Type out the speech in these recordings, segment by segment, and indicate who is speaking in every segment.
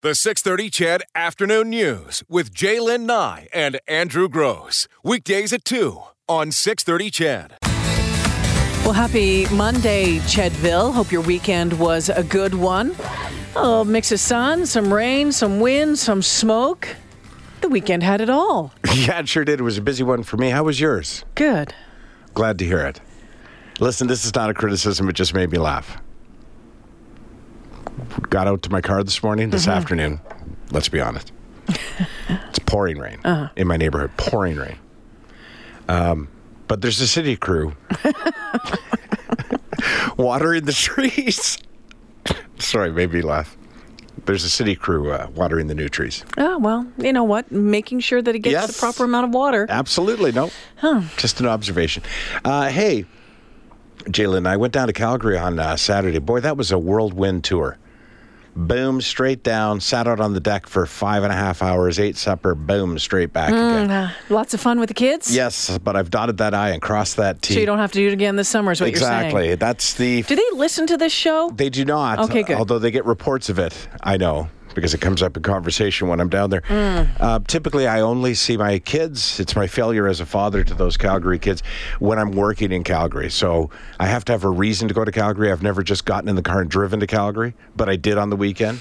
Speaker 1: The 630 Chad Afternoon News with Jaylen Nye and Andrew Gross. Weekdays at 2 on 630 Chad.
Speaker 2: Well, happy Monday, Chedville. Hope your weekend was a good one. A little mix of sun, some rain, some wind, some smoke. The weekend had it all.
Speaker 3: Yeah, it sure did. It was a busy one for me. How was yours?
Speaker 2: Good.
Speaker 3: Glad to hear it. Listen, this is not a criticism. It just made me laugh. Got out to my car this morning, this afternoon. Let's be honest. it's pouring rain in my neighborhood. Pouring rain. Um, but there's a city crew watering the trees. Sorry, made me laugh. There's a city crew uh, watering the new trees.
Speaker 2: Oh, well, you know what? Making sure that it gets the
Speaker 3: Yes.
Speaker 2: proper amount of water.
Speaker 3: Absolutely. No. Just an observation. Uh, hey, Jalen, I went down to Calgary on uh, Saturday. Boy, that was a whirlwind tour. Boom, straight down, sat out on the deck for five and a half hours, ate supper, boom, straight back again.
Speaker 2: Uh, lots of fun with the kids.
Speaker 3: Yes, but I've dotted that I and crossed that T.
Speaker 2: So you don't have to do it again this summer, is what you're saying.
Speaker 3: exactly. That's the.
Speaker 2: Do they listen to this show?
Speaker 3: They do not.
Speaker 2: Okay, good.
Speaker 3: Although they get reports of it, I know because it comes up in conversation when I'm down there.
Speaker 2: Mm.
Speaker 3: Uh, typically, I only see my kids. It's my failure as a father to those Calgary kids when I'm working in Calgary. So I have to have a reason to go to Calgary. I've never just gotten in the car and driven to Calgary, but I did on the weekend.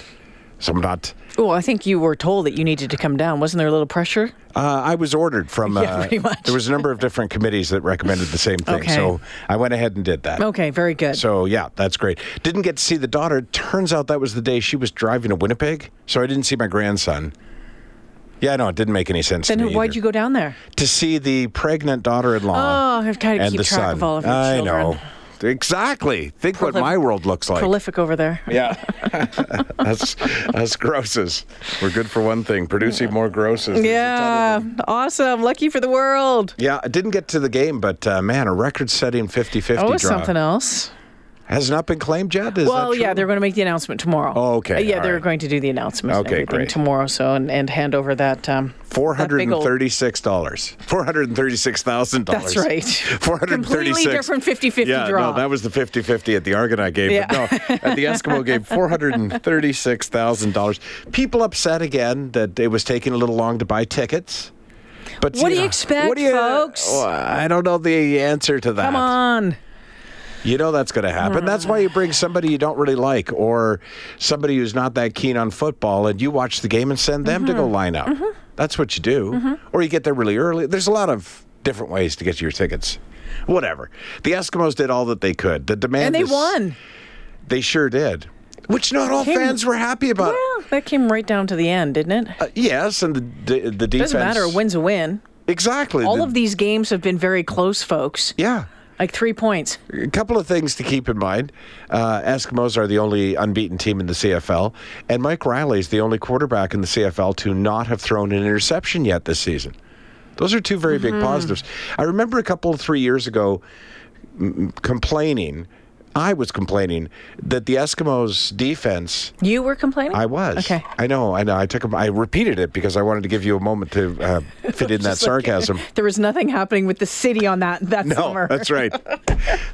Speaker 3: So I'm not.
Speaker 2: Well, Oh, I think you were told that you needed to come down. Wasn't there a little pressure?
Speaker 3: Uh, I was ordered from.
Speaker 2: Yeah,
Speaker 3: uh,
Speaker 2: pretty much.
Speaker 3: There was a number of different committees that recommended the same thing.
Speaker 2: Okay.
Speaker 3: So I went ahead and did that.
Speaker 2: Okay, very good.
Speaker 3: So yeah, that's great. Didn't get to see the daughter. Turns out that was the day she was driving to Winnipeg, so I didn't see my grandson. Yeah, no, it didn't make any sense.
Speaker 2: then
Speaker 3: to me
Speaker 2: why'd
Speaker 3: either.
Speaker 2: you go down there?
Speaker 3: to see the pregnant daughter-in-law?
Speaker 2: Oh, I've tried to
Speaker 3: and
Speaker 2: keep
Speaker 3: the
Speaker 2: track
Speaker 3: son.
Speaker 2: of all of your
Speaker 3: I
Speaker 2: children.
Speaker 3: know exactly. Think what
Speaker 2: Prolif-
Speaker 3: my world looks like.
Speaker 2: Prolific over there.
Speaker 3: yeah, us, us grosses. We're good for one thing: producing more grosses. There's a ton of
Speaker 2: Yeah, awesome. Lucky for the world.
Speaker 3: Yeah, I didn't get to the game, but uh, man, a record-setting 50-50
Speaker 2: Oh,
Speaker 3: draw
Speaker 2: something else.
Speaker 3: has not been claimed yet. Is
Speaker 2: well,
Speaker 3: that
Speaker 2: yeah,
Speaker 3: true?
Speaker 2: they're going to make the announcement tomorrow.
Speaker 3: Oh, okay,
Speaker 2: Uh, yeah,
Speaker 3: all
Speaker 2: they're
Speaker 3: right.
Speaker 2: going to do the announcement. and
Speaker 3: Okay,
Speaker 2: everything
Speaker 3: great.
Speaker 2: Tomorrow, so and, and hand over that. Um,
Speaker 3: Four
Speaker 2: that
Speaker 3: hundred
Speaker 2: big
Speaker 3: and
Speaker 2: old-
Speaker 3: thirty-six dollars. Four hundred and thirty-six thousand dollars.
Speaker 2: That's right.
Speaker 3: Four hundred thirty-six.
Speaker 2: Completely different 50-50
Speaker 3: yeah,
Speaker 2: draw.
Speaker 3: no, that was the 50-50 at the Argonaut game.
Speaker 2: Yeah.
Speaker 3: But no, at the Eskimo game, four hundred and thirty-six thousand dollars. People upset again that it was taking a little long to buy tickets. But
Speaker 2: What do you expect, folks?
Speaker 3: Oh, I don't know the answer to that.
Speaker 2: Come on.
Speaker 3: You know that's going to happen. That's why you bring somebody you don't really like or somebody who's not that keen on football and you watch the game and send them to
Speaker 2: Mm-hmm.
Speaker 3: go line up. That's what you do. Or you get there really early. There's a lot of different ways to get your tickets. Whatever. The Eskimos did all that they could. The demand
Speaker 2: And they
Speaker 3: is-
Speaker 2: won.
Speaker 3: They sure did. Which not all
Speaker 2: Came-
Speaker 3: fans were happy about.
Speaker 2: Well, that came right down to the end, didn't it?
Speaker 3: Uh, yes, and the de- the defense
Speaker 2: Doesn't matter. A win's a win.
Speaker 3: Exactly.
Speaker 2: All
Speaker 3: The-
Speaker 2: of these games have been very close, folks.
Speaker 3: yeah.
Speaker 2: Like three points.
Speaker 3: a couple of things to keep in mind. Uh, Eskimos are the only unbeaten team in the CFL, and Mike Riley is the only quarterback in the CFL to not have thrown an interception yet this season. Those are two very
Speaker 2: Mm-hmm.
Speaker 3: big positives. I remember a couple three years ago m- complaining. I was complaining that the Eskimos' defense.
Speaker 2: You were complaining.
Speaker 3: I was.
Speaker 2: Okay.
Speaker 3: I know. I know. I took. a- I repeated it because I wanted to give you a moment to uh, fit in that sarcasm.
Speaker 2: There was nothing happening with the city on that that
Speaker 3: No,
Speaker 2: summer.
Speaker 3: that's right.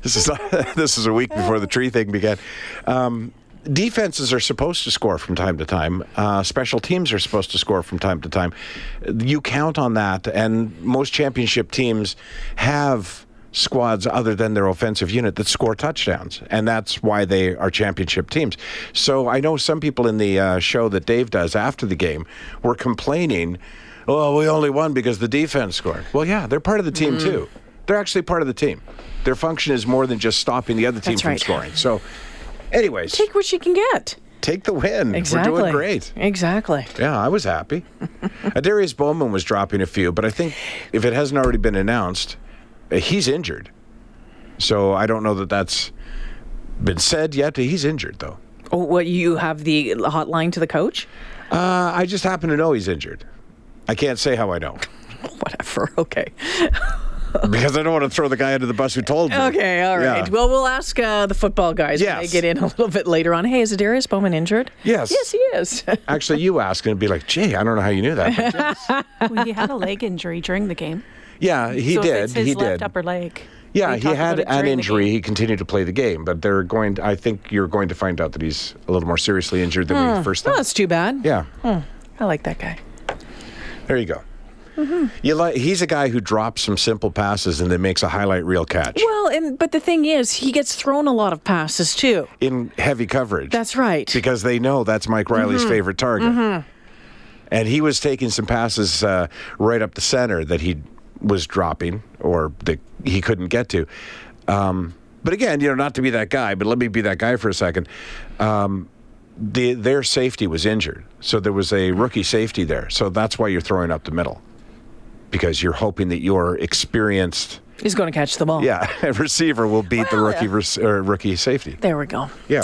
Speaker 3: this is not, this is a week before the tree thing began. Um, defenses are supposed to score from time to time. Uh, special teams are supposed to score from time to time. You count on that, and most championship teams have squads other than their offensive unit that score touchdowns and that's why they are championship teams so i know some people in the uh, show that dave does after the game were complaining well we only won because the defense scored well yeah they're part of the team
Speaker 2: Mm-hmm.
Speaker 3: too they're actually part of the team their function is more than just stopping the other team
Speaker 2: That's
Speaker 3: from
Speaker 2: right.
Speaker 3: scoring so anyways take,
Speaker 2: Take what you can get.
Speaker 3: the win
Speaker 2: Exactly.
Speaker 3: we're doing great
Speaker 2: Exactly.
Speaker 3: yeah, I was happy. Adarius Bowman was dropping a few, but I think if it hasn't already been announced, uh, he's injured. So I don't know that that's been said yet. He's injured, though.
Speaker 2: Oh, what you have the hotline to the coach?
Speaker 3: Uh, I just happen to know he's injured. I can't say how I know
Speaker 2: Whatever. Okay.
Speaker 3: because I don't want to throw the guy under the bus who told me.
Speaker 2: Okay. All
Speaker 3: Yeah.
Speaker 2: right. Well, we'll ask uh, the football guys when they
Speaker 3: Yes.
Speaker 2: get in a little bit later on. Hey, is Darius Bowman injured?
Speaker 3: Yes.
Speaker 2: Yes, he is.
Speaker 3: Actually, you ask and it'd be like, "Gee, I don't know how you knew that." But yes.
Speaker 4: Well, he had a leg injury during the game.
Speaker 3: yeah, he
Speaker 4: so
Speaker 3: did.
Speaker 4: If it's his
Speaker 3: he
Speaker 4: left
Speaker 3: did.
Speaker 4: upper leg.
Speaker 3: Yeah,
Speaker 2: We
Speaker 3: he
Speaker 2: talked about
Speaker 3: had
Speaker 2: it during
Speaker 3: an
Speaker 2: the
Speaker 3: injury.
Speaker 2: game.
Speaker 3: He continued to play the game, but they're going. I think you're going to find out that he's a little more seriously injured than we first
Speaker 2: Oh,
Speaker 3: thought.
Speaker 2: that's too bad.
Speaker 3: Yeah,
Speaker 2: I like that guy.
Speaker 3: there you go.
Speaker 2: Mm-hmm.
Speaker 3: You like? He's a guy who drops some simple passes and then makes a highlight reel catch
Speaker 2: Well, and but the thing is, he gets thrown a lot of passes too.
Speaker 3: in heavy coverage.
Speaker 2: That's right.
Speaker 3: because they know that's Mike Riley's favorite target. And he was taking some passes uh, right up the center that he was dropping or that he couldn't get to. Um, but again, you know, not to be that guy, but let me be that guy for a second. Um, the, their safety was injured. So there was a rookie safety there. So that's why you're throwing up the middle because you're hoping that your experienced
Speaker 2: He's going to catch the ball.
Speaker 3: yeah, receiver will beat the
Speaker 2: Well,
Speaker 3: rookie, res- or rookie safety.
Speaker 2: There we go.
Speaker 3: Yeah.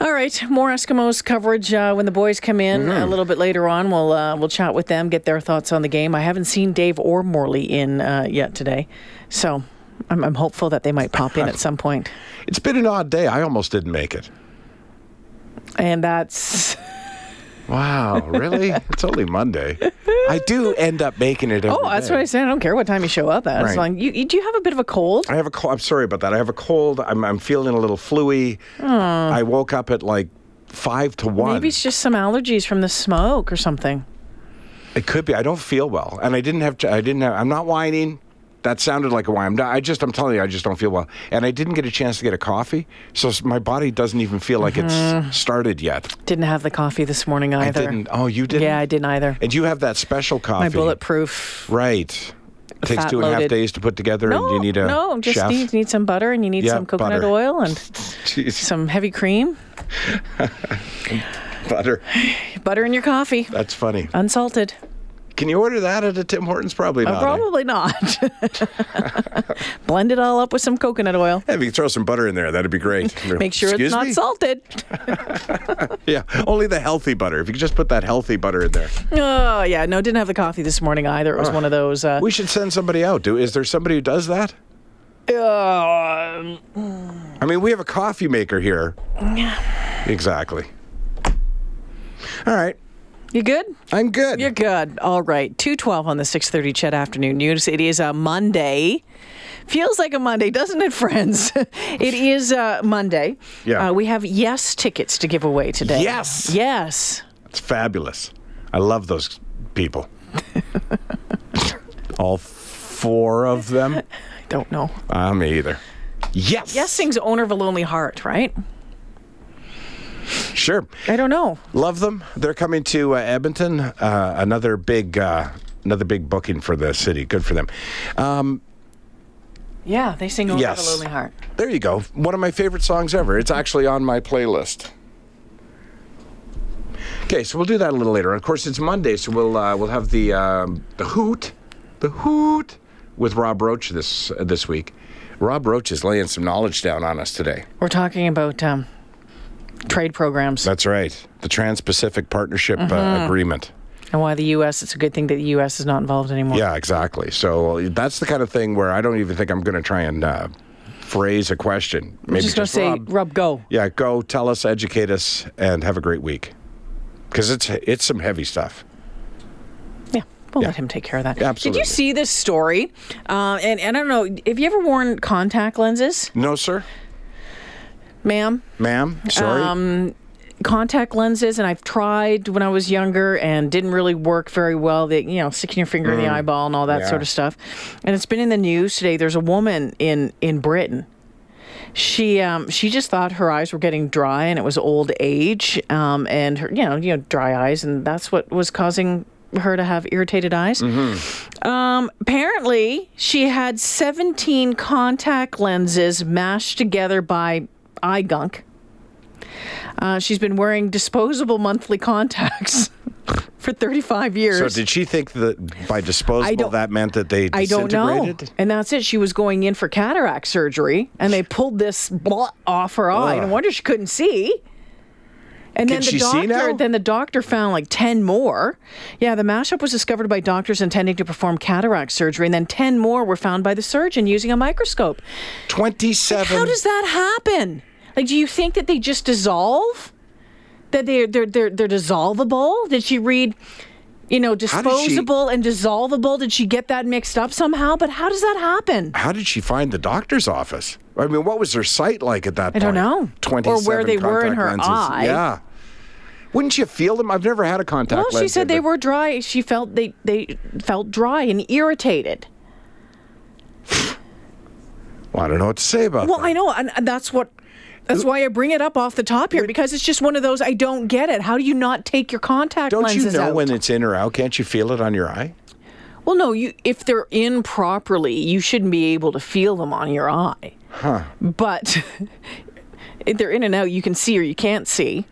Speaker 2: All right, more Eskimos coverage uh, when the boys come in
Speaker 3: Mm-hmm.
Speaker 2: a little bit later on. We'll uh, we'll chat with them, get their thoughts on the game. I haven't seen Dave or Morley in uh, yet today, so I'm, I'm hopeful that they might pop in at some point.
Speaker 3: It's been an odd day. I almost didn't make it.
Speaker 2: And that's
Speaker 3: Wow, really? it's only Monday. I do end up making it. every
Speaker 2: oh, that's what I
Speaker 3: day.
Speaker 2: said. I don't care what time you show up at. As
Speaker 3: Right.
Speaker 2: long you, you do you have a bit of a cold?
Speaker 3: I have a cold. I'm sorry about that. I have a cold. I'm, I'm feeling a little fluey. I woke up at like five to one.
Speaker 2: Maybe it's just some allergies from the smoke or something.
Speaker 3: it could be. I don't feel well, and I didn't have. To, I didn't have. I'm not whining. That sounded like a whine. I'm not, I just. I'm telling you, I just don't feel well, and I didn't get a chance to get a coffee, so s- my body doesn't even feel like it's started yet.
Speaker 2: Didn't have the coffee this morning Mm-hmm. either.
Speaker 3: I didn't. Oh, you didn't.
Speaker 2: Yeah, I didn't either.
Speaker 3: And you have that special coffee.
Speaker 2: My bulletproof.
Speaker 3: Right. It takes
Speaker 2: Fat
Speaker 3: two and a half
Speaker 2: loaded.
Speaker 3: days to put together, and you need a
Speaker 2: no, just
Speaker 3: chef.
Speaker 2: need need some butter and you need
Speaker 3: Yeah,
Speaker 2: some coconut
Speaker 3: butter.
Speaker 2: oil and
Speaker 3: Jeez,
Speaker 2: some heavy cream.
Speaker 3: butter.
Speaker 2: Butter in your coffee,
Speaker 3: That's funny.
Speaker 2: unsalted.
Speaker 3: Can you order that at a Tim Hortons? Probably not. eh?
Speaker 2: Uh, Probably not. Blend it all up with some coconut oil.
Speaker 3: Yeah, if you throw some butter in there, that'd be great.
Speaker 2: Make sure it's
Speaker 3: Excuse
Speaker 2: not
Speaker 3: me?
Speaker 2: salted.
Speaker 3: Yeah, only the healthy butter. If you could just put that healthy butter in there.
Speaker 2: Oh yeah, no, didn't have the coffee this morning either. It was one of those. Uh,
Speaker 3: We should send somebody out. Do is there somebody who does that?
Speaker 2: uh,
Speaker 3: I mean, we have a coffee maker here. Exactly. All right,
Speaker 2: you good?
Speaker 3: I'm good.
Speaker 2: You're good. All right. Two twelve on the six thirty Chet afternoon news. It is a Monday. Feels like a Monday, doesn't it, friends? it is uh, Monday.
Speaker 3: Yeah.
Speaker 2: Uh, we have yes tickets to give away today.
Speaker 3: Yes!
Speaker 2: Yes.
Speaker 3: It's fabulous. I love those people. All four of them.
Speaker 2: I don't know.
Speaker 3: i me either. Yes.
Speaker 2: Yes sings "Owner of a Lonely Heart," right?
Speaker 3: Sure.
Speaker 2: I don't know.
Speaker 3: Love them. They're coming to uh, Edmonton. Uh, another big, uh, another big booking for the city. Good for them. Um,
Speaker 2: Yeah, they sing "Over
Speaker 3: Yes.
Speaker 2: the Lonely Heart."
Speaker 3: there you go. One of my favorite songs ever. It's actually on my playlist. Okay, so we'll do that a little later. Of course, it's Monday, so we'll uh, we'll have the um, the hoot, the hoot with Rob Roach this uh, this week. Rob Roach is laying some knowledge down on us today.
Speaker 2: We're talking about um, trade programs
Speaker 3: That's right. The Trans-Pacific Partnership
Speaker 2: Mm-hmm.
Speaker 3: uh, Agreement.
Speaker 2: and why the U.S. It's a good thing that the U.S. is not involved anymore.
Speaker 3: Yeah, exactly. So that's the kind of thing where I don't even think I'm going to try and uh, phrase a question. Maybe
Speaker 2: I'm just gonna say,
Speaker 3: Rob,
Speaker 2: Rob, go.
Speaker 3: yeah, go tell us, educate us, and have a great week. Because it's it's some heavy stuff.
Speaker 2: Yeah, we'll
Speaker 3: Yeah.
Speaker 2: let him take care of that.
Speaker 3: Absolutely.
Speaker 2: Did you see this story? Uh, and, and I don't know, have you ever worn contact lenses,
Speaker 3: No, sir,
Speaker 2: ma'am? Um,
Speaker 3: ma'am. Sorry.
Speaker 2: Contact lenses, and I've tried when I was younger and didn't really work very well. That you know, sticking your finger in the eyeball and all that
Speaker 3: Yeah.
Speaker 2: sort of stuff. And it's been in the news today. There's a woman in in Britain. She um, she just thought her eyes were getting dry and it was old age um, and her you know you know dry eyes and that's what was causing her to have irritated eyes. Um, apparently, she had 17 contact lenses mashed together by eye gunk. Uh, she's been wearing disposable monthly contacts for 35 years.
Speaker 3: so did she think that by disposable
Speaker 2: don't-
Speaker 3: that meant that they
Speaker 2: I don't know.
Speaker 3: disintegrated?
Speaker 2: And that's it. She was going in for cataract surgery, and they pulled this blah off her eye.
Speaker 3: Ugh.
Speaker 2: No wonder she couldn't see. And
Speaker 3: Can
Speaker 2: then the
Speaker 3: she
Speaker 2: doctor,
Speaker 3: see now?
Speaker 2: then the doctor found like ten more. Yeah, the mashup was discovered by doctors intending to perform cataract surgery, and then ten more were found by the surgeon using a microscope.
Speaker 3: Twenty-seven.
Speaker 2: How does that happen? Like, do you think that they just dissolve? That they're they're they're, they're dissolvable? Did she read you know,
Speaker 3: How did she-
Speaker 2: disposable and dissolvable. Did she get that mixed up somehow? But how does that happen?
Speaker 3: How did she find the doctor's office? I mean, what was her sight like at that
Speaker 2: I
Speaker 3: point?
Speaker 2: don't know. Or
Speaker 3: 27
Speaker 2: where they were in
Speaker 3: contact
Speaker 2: her
Speaker 3: lenses.
Speaker 2: eye.
Speaker 3: Yeah. Wouldn't you feel them? I've never had a contact
Speaker 2: Well,
Speaker 3: lens.
Speaker 2: she said they
Speaker 3: in, but
Speaker 2: were dry. She felt they they felt dry and irritated.
Speaker 3: Well, I don't know what to say about
Speaker 2: Well,
Speaker 3: that.
Speaker 2: I know, and and that's what. That's why I bring it up off the top here because it's just one of those I don't get it. How do you not take your contact
Speaker 3: Don't
Speaker 2: lenses
Speaker 3: you know
Speaker 2: out?
Speaker 3: when it's in or out? Can't you feel it on your eye?
Speaker 2: well, no, you if they're in properly, you shouldn't be able to feel them on your eye. Huh. But if they're in and out, you can see or you can't see.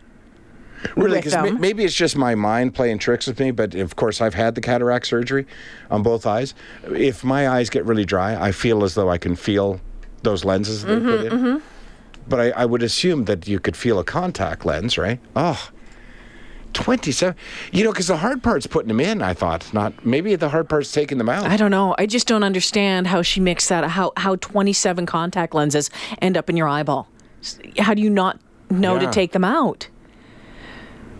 Speaker 3: Really?
Speaker 2: with
Speaker 3: Because
Speaker 2: them.
Speaker 3: maybe it's just my mind playing tricks with me, but of course, I've had the cataract surgery on both eyes. If my eyes get really dry, I feel as though I can feel those lenses that they
Speaker 2: Mm-hmm,
Speaker 3: put in. But I, I would assume that you could feel a contact lens, right? Oh, 27. You know, because the hard part's putting them in, I thought. Not Maybe the hard part's taking them out.
Speaker 2: I don't know. I just don't understand how she mixed that. How how 27 contact lenses end up in your eyeball? S- How do you not know
Speaker 3: Yeah.
Speaker 2: to take them out?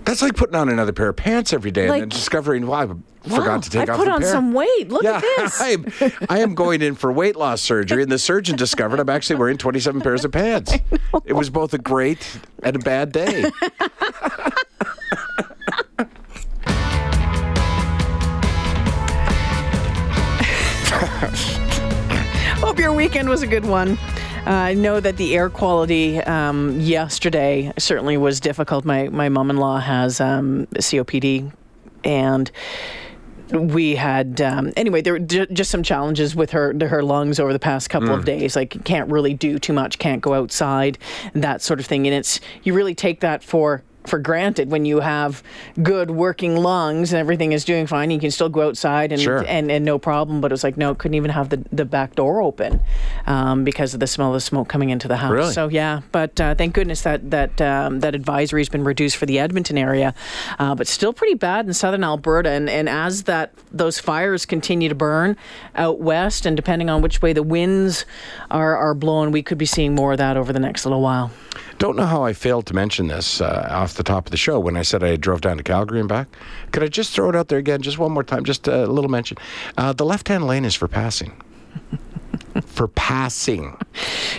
Speaker 3: That's like putting on another pair of pants every day
Speaker 2: Like-
Speaker 3: and then discovering, wow, I
Speaker 2: Wow,
Speaker 3: forgot to take
Speaker 2: I
Speaker 3: off
Speaker 2: put
Speaker 3: the
Speaker 2: on
Speaker 3: pair.
Speaker 2: some weight. Look at this.
Speaker 3: I am, I am going in for weight loss surgery, and the surgeon discovered I'm actually wearing 27 pairs of pants. It was both a great and a bad day.
Speaker 2: Hope your weekend was a good one. Uh, I know that the air quality um, yesterday certainly was difficult. My my mom in law has um, COPD, and we had um, anyway there were j- just some challenges with her to her lungs over the past couple of days. Like can't really do too much, can't go outside, that sort of thing. And it's you really take that for. For granted, when you have good working lungs and everything is doing fine, you can still go outside and
Speaker 3: Sure.
Speaker 2: and, and no problem. But it was like, no, couldn't even have the, the back door open um, because of the smell of the smoke coming into the house.
Speaker 3: Really?
Speaker 2: So yeah, but uh, thank goodness that that um, that advisory has been reduced for the Edmonton area, uh, but still pretty bad in southern Alberta. And, and as that those fires continue to burn out west, and depending on which way the winds are are blowing, we could be seeing more of that over the next little while.
Speaker 3: Don't know how I failed to mention this uh, off the top of the show when I said I drove down to Calgary and back. Could I just throw it out there again, just one more time, just a little mention? Uh, the left hand lane is for passing. for passing.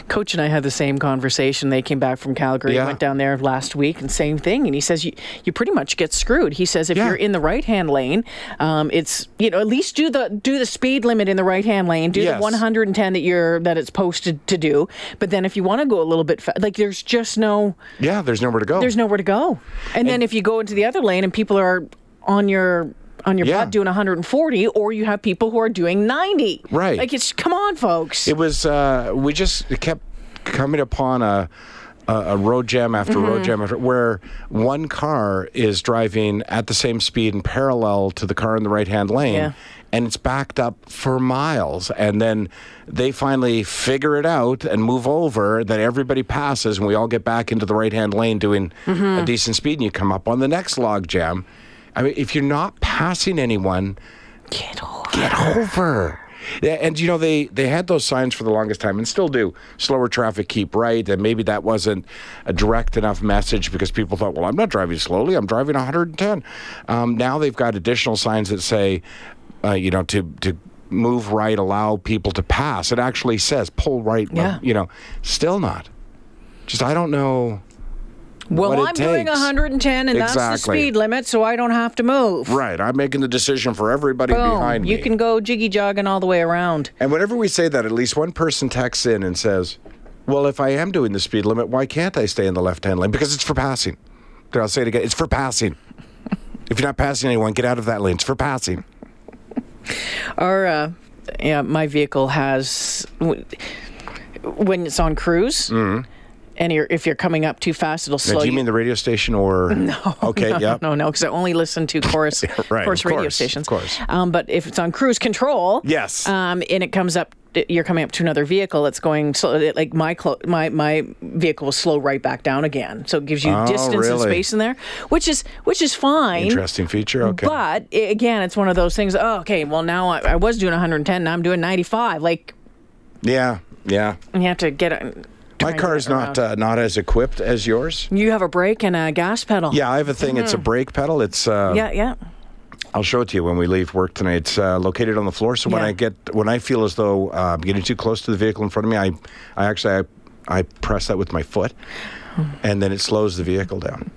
Speaker 2: Coach and I had the same conversation. They came back from Calgary,
Speaker 3: Yeah.
Speaker 2: went down there last week, and same thing. And he says you you pretty much get screwed. He says if
Speaker 3: Yeah.
Speaker 2: you're in the right hand lane, um, it's you know at least do the do the speed limit in the right hand lane, do
Speaker 3: Yes.
Speaker 2: the 110 that you're that it's posted to do. But then if you want to go a little bit fa- like there's just no
Speaker 3: Yeah, there's nowhere to go.
Speaker 2: there's nowhere to go. And, then if you go into the other lane and people are on your on your
Speaker 3: Yeah.
Speaker 2: butt doing 140, or you have people who are doing 90.
Speaker 3: Right.
Speaker 2: Like it's come on, folks.
Speaker 3: It was uh, we just kept coming upon a a, a road jam after road jam after where one car is driving at the same speed and parallel to the car in the right hand lane.
Speaker 2: Yeah.
Speaker 3: And it's backed up for miles, and then they finally figure it out and move over. Then everybody passes, and we all get back into the right-hand lane doing a decent speed. And you come up on the next log jam. I mean, if you're not passing anyone,
Speaker 2: Get over.
Speaker 3: get over. Yeah, and you know they they had those signs for the longest time and still do. Slower traffic, keep right, and maybe that wasn't a direct enough message because people thought, well, I'm not driving slowly, I'm driving 110. Um, now they've got additional signs that say, uh, you know, to to move right, allow people to pass. It actually says pull right.
Speaker 2: Yeah.
Speaker 3: You know, still not. Just I don't know.
Speaker 2: Well,
Speaker 3: what it
Speaker 2: I'm doing
Speaker 3: takes.
Speaker 2: 110, and that's the
Speaker 3: Exactly.
Speaker 2: speed limit, so I don't have to move.
Speaker 3: Right, I'm making the decision for everybody
Speaker 2: Boom.
Speaker 3: behind
Speaker 2: you
Speaker 3: me.
Speaker 2: can go jiggy jogging all the way around.
Speaker 3: And whenever we say that, at least one person texts in and says, Well, if I am doing the speed limit, why can't I stay in the left hand lane? Because it's for passing. Then I'll say it again it's for passing. if you're not passing anyone, get out of that lane. It's for passing.
Speaker 2: Our, uh, yeah, my vehicle has w- when it's on cruise, and you're, if you're coming up too fast, it'll
Speaker 3: Mm-hmm. Now,
Speaker 2: slow
Speaker 3: do you
Speaker 2: you.
Speaker 3: mean the radio station or? No. Okay, yeah.
Speaker 2: no, no, because I only listen to chorus,
Speaker 3: right,
Speaker 2: chorus
Speaker 3: of
Speaker 2: radio
Speaker 3: course,
Speaker 2: stations.
Speaker 3: of course.
Speaker 2: Um, but if it's on cruise control,
Speaker 3: Yes.
Speaker 2: um, and it comes up, you're coming up to another vehicle that's going slow. It, like my clo- my my vehicle will slow right back down again, so it gives you
Speaker 3: Oh,
Speaker 2: distance and
Speaker 3: really?
Speaker 2: space in there, which is which is fine.
Speaker 3: Interesting feature. Okay.
Speaker 2: But i- again, it's one of those things. Oh, okay. Well, now I, I was doing 110, now I'm doing 95. Like
Speaker 3: yeah, yeah.
Speaker 2: you have to get. A,
Speaker 3: My
Speaker 2: try and
Speaker 3: car's
Speaker 2: get around.
Speaker 3: not uh, not as equipped as yours.
Speaker 2: You have a brake and a gas pedal.
Speaker 3: Hmm. Yeah, I have a thing. It's a brake pedal. It's uh,
Speaker 2: Yeah. Yeah.
Speaker 3: I'll show it to you when we leave work tonight. It's uh, located on the floor, so when
Speaker 2: Yeah.
Speaker 3: I get when I feel as though uh, I'm getting too close to the vehicle in front of me, I, I actually I, I press that with my foot, and then it slows the vehicle down.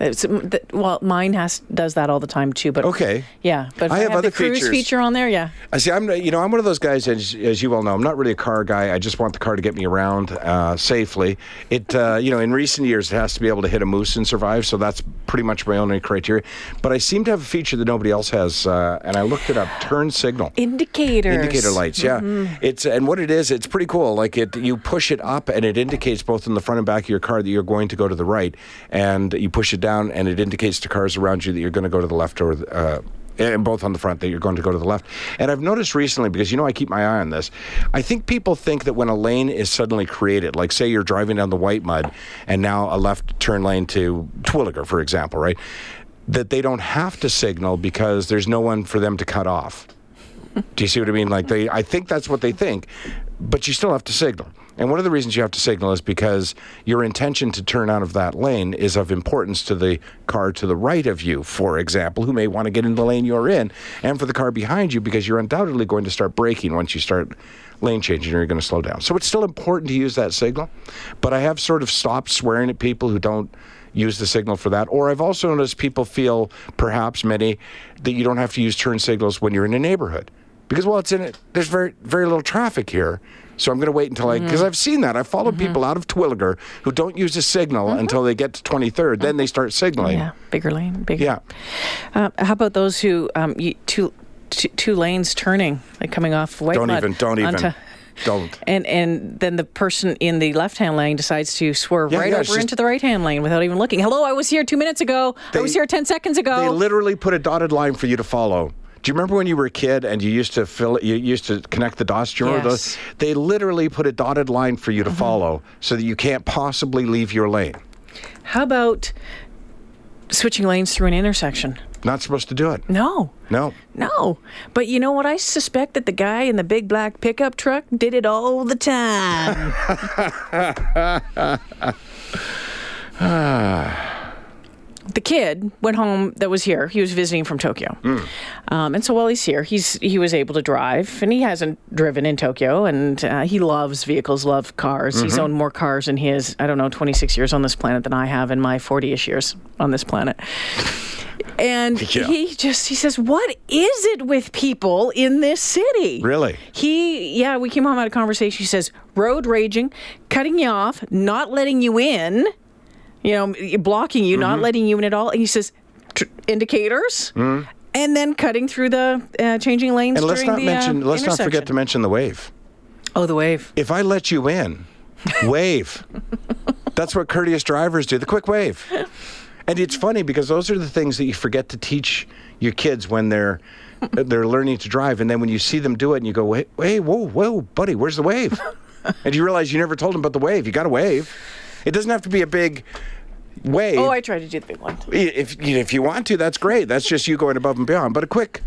Speaker 2: It's- th- well, mine has does that all the time too. But
Speaker 3: Okay.
Speaker 2: yeah. But if
Speaker 3: I
Speaker 2: I,
Speaker 3: have
Speaker 2: have
Speaker 3: other
Speaker 2: the cruise
Speaker 3: features.
Speaker 2: feature on there. Yeah.
Speaker 3: I see. I'm, you know, I'm one of those guys, as, as you well know, I'm not really a car guy. I just want the car to get me around uh, safely. It, uh, you know, in recent years, it has to be able to hit a moose and survive. So that's pretty much my only criteria. But I seem to have a feature that nobody else has, uh, and I looked it up: turn signal.
Speaker 2: Indicators.
Speaker 3: Indicator lights, yeah. It's and what it is, it's pretty cool. Like it, you push it up, and it indicates both in the front and back of your car that you're going to go to the right, and you push it down, and it indicates to cars around you that you're going to go to the left or. the- Uh, and both on the front that you're going to go to the left. And I've noticed recently, because you know I keep my eye on this, I think people think that when a lane is suddenly created, like say you're driving down the white mud and now a left turn lane to Twilliger, for example, right? That they don't have to signal because there's no one for them to cut off. Do you see what I mean? Like they, I think that's what they think, but you still have to signal. And one of the reasons you have to signal is because your intention to turn out of that lane is of importance to the car to the right of you, for example, who may want to get in the lane you're in, and for the car behind you because you're undoubtedly going to start braking once you start lane changing or you're going to slow down. So it's still important to use that signal, but I have sort of stopped swearing at people who don't use the signal for that. Or I've also noticed people feel, perhaps many, that you don't have to use turn signals when you're in a neighborhood because well, it's in it. There's very very little traffic here, so I'm going to wait until I
Speaker 2: Mm-hmm.
Speaker 3: because I've seen that. I follow people out of Twilliger who don't use a signal until they get to 23rd, then they start signaling.
Speaker 2: Mm-hmm. Yeah.
Speaker 3: Yeah.
Speaker 2: Bigger lane. Bigger. Uh, how about those who um, you, two, two two lanes turning, like coming off white
Speaker 3: Don't
Speaker 2: mud
Speaker 3: even. Don't even.
Speaker 2: onto-
Speaker 3: don't.
Speaker 2: and and then the person in the left hand lane decides to swerve
Speaker 3: Yeah,
Speaker 2: right
Speaker 3: yeah, it's
Speaker 2: over
Speaker 3: just-
Speaker 2: into the right hand lane without even looking. Hello, I was here two minutes ago. I was
Speaker 3: They-
Speaker 2: here ten seconds
Speaker 3: They
Speaker 2: ago.
Speaker 3: literally put a dotted line for you to follow. Do you remember when you were a kid and you used to fill you used to connect the dots? Do you remember
Speaker 2: Yes. Mm-hmm.
Speaker 3: those? They literally put a dotted line for you to follow so that you can't possibly leave your lane.
Speaker 2: how about switching lanes through an intersection?
Speaker 3: Not supposed to do it.
Speaker 2: No.
Speaker 3: No.
Speaker 2: No, but you know what? I suspect that the guy in the big black pickup truck did it all the time. the kid went home that was here. He was visiting from Tokyo, um, and so while he's here, he's he was able to drive, and he hasn't driven in Tokyo, and uh, he loves vehicles, loves cars. He's
Speaker 3: Mm-hmm.
Speaker 2: owned more cars in his I don't know 26 years on this planet than I have in my 40ish years on this planet. And
Speaker 3: Yeah.
Speaker 2: he just he says, "What is it with people in this city?"
Speaker 3: Really?
Speaker 2: He yeah, we came home out of conversation. He says, "Road raging, cutting you off, not letting you in, you know, blocking you,
Speaker 3: Mm-hmm.
Speaker 2: not letting you in at all." And he says, Tr- "Indicators." And then cutting through the uh, changing lanes.
Speaker 3: Mm-hmm. And let's
Speaker 2: during
Speaker 3: not
Speaker 2: the, uh,
Speaker 3: mention let's not forget to
Speaker 2: intersection.
Speaker 3: mention the wave.
Speaker 2: Oh, the wave.
Speaker 3: if I let you in, wave. That's what courteous drivers do, the quick wave. And it's funny because those are the things that you forget to teach your kids when they're they're learning to drive and then when you see them do it and you go, "Hey, hey whoa, whoa, buddy, where's the wave?" and you realize you never told them about the wave. You got to wave. It doesn't have to be a big wave.
Speaker 2: Oh, I tried to do the big one.
Speaker 3: if if you want to, that's great. That's just you going above and beyond. But a quick,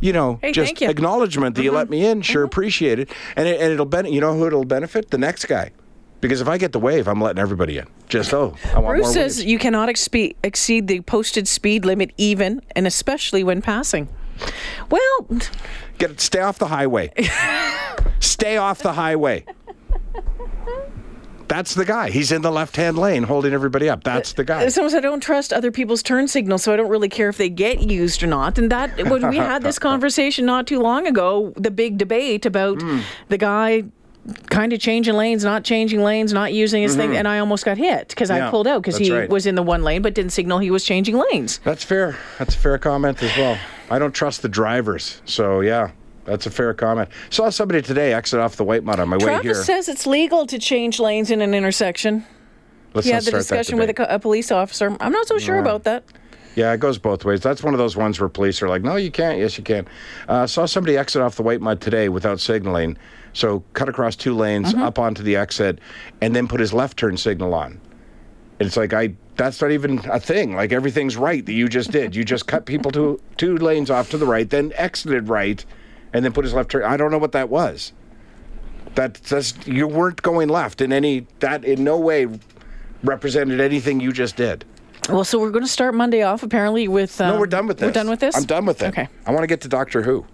Speaker 3: you know,
Speaker 2: Hey,
Speaker 3: just
Speaker 2: thank you. Mm-hmm.
Speaker 3: acknowledgement that you let me in. Sure, appreciate it. And it, and it'll benefit. You know who it'll benefit? The next guy, because if I get the wave, I'm letting everybody in. Just oh, I want more
Speaker 2: Bruce says
Speaker 3: waves.
Speaker 2: you cannot expe- exceed the posted speed limit, even and especially when passing. Well,
Speaker 3: Get stay off the highway. stay off the highway. That's the guy. He's in the left-hand lane, holding everybody up. That's the guy.
Speaker 2: Someone said, I don't trust other people's turn signals, so I don't really care if they get used or not. And that, when we had this conversation not too long ago, the big debate about
Speaker 3: Hmm.
Speaker 2: the guy kind of changing lanes, not changing lanes, not using his thing. And I almost got hit because
Speaker 3: Mm-hmm. Yeah,
Speaker 2: I pulled out because
Speaker 3: that's
Speaker 2: he
Speaker 3: right.
Speaker 2: was in the one lane but didn't signal he was changing lanes.
Speaker 3: That's fair. That's a fair comment as well. I don't trust the drivers. So, yeah, that's a fair comment. Saw somebody today exit off the white mud on my way here.
Speaker 2: Travis says it's legal to change lanes in an intersection.
Speaker 3: Let's
Speaker 2: He had
Speaker 3: not
Speaker 2: the
Speaker 3: start that
Speaker 2: discussion with a,
Speaker 3: debate.
Speaker 2: co- a police officer. I'm not so sure about that.
Speaker 3: Yeah, it goes both ways. That's one of those ones where police are like, no, you can't. Yes, you can. Uh, saw somebody exit off the white mud today without signaling. So, cut across two lanes, up onto the exit, and then put his left turn signal on. And it's like, I. That's not even a thing. Like everything's right that you just did. You just cut people to two lanes off to the right, then exited right, and then put his left turn. I don't know what that was. That that's you weren't going left in any that in no way represented anything you just did.
Speaker 2: Well, so we're going to start Monday off apparently with. Um,
Speaker 3: no, we're done with this.
Speaker 2: We're done with this.
Speaker 3: I'm done with it.
Speaker 2: Okay.
Speaker 3: I want to get to Doctor Who.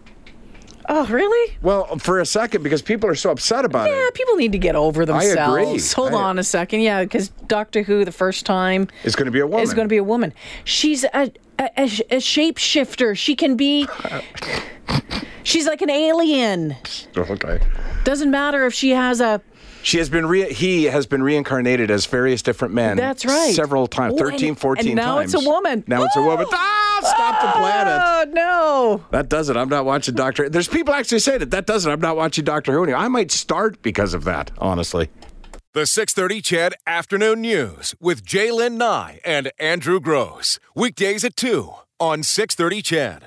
Speaker 2: Oh, really?
Speaker 3: Well, for a second, because people are so upset about
Speaker 2: Yeah,
Speaker 3: it.
Speaker 2: people need to get over
Speaker 3: agree.
Speaker 2: themselves. Hold
Speaker 3: I-
Speaker 2: on a second. Yeah, because Doctor Who, the first time,
Speaker 3: It's going to be a woman.
Speaker 2: is going to be a woman. She's a, a, a, sh- a shapeshifter. She can be. She's like an alien.
Speaker 3: Oh, Okay.
Speaker 2: Doesn't matter if she has a.
Speaker 3: She has been re- he has been reincarnated as various different men.
Speaker 2: That's right.
Speaker 3: Several times,
Speaker 2: Oh, and-
Speaker 3: 13, 14
Speaker 2: and now it's
Speaker 3: times.
Speaker 2: a woman.
Speaker 3: Now it's a woman.
Speaker 2: Oh!
Speaker 3: Ah, stop the planet.
Speaker 2: Oh no!
Speaker 3: That does it. I'm not watching Doctor. There's people actually saying it. That does it. I'm not watching Doctor Who anymore. I might start because of that, honestly.
Speaker 1: The 630 Chad Afternoon News with Jaylen Nye and Andrew Gross. Weekdays at 2 on 630 Chad.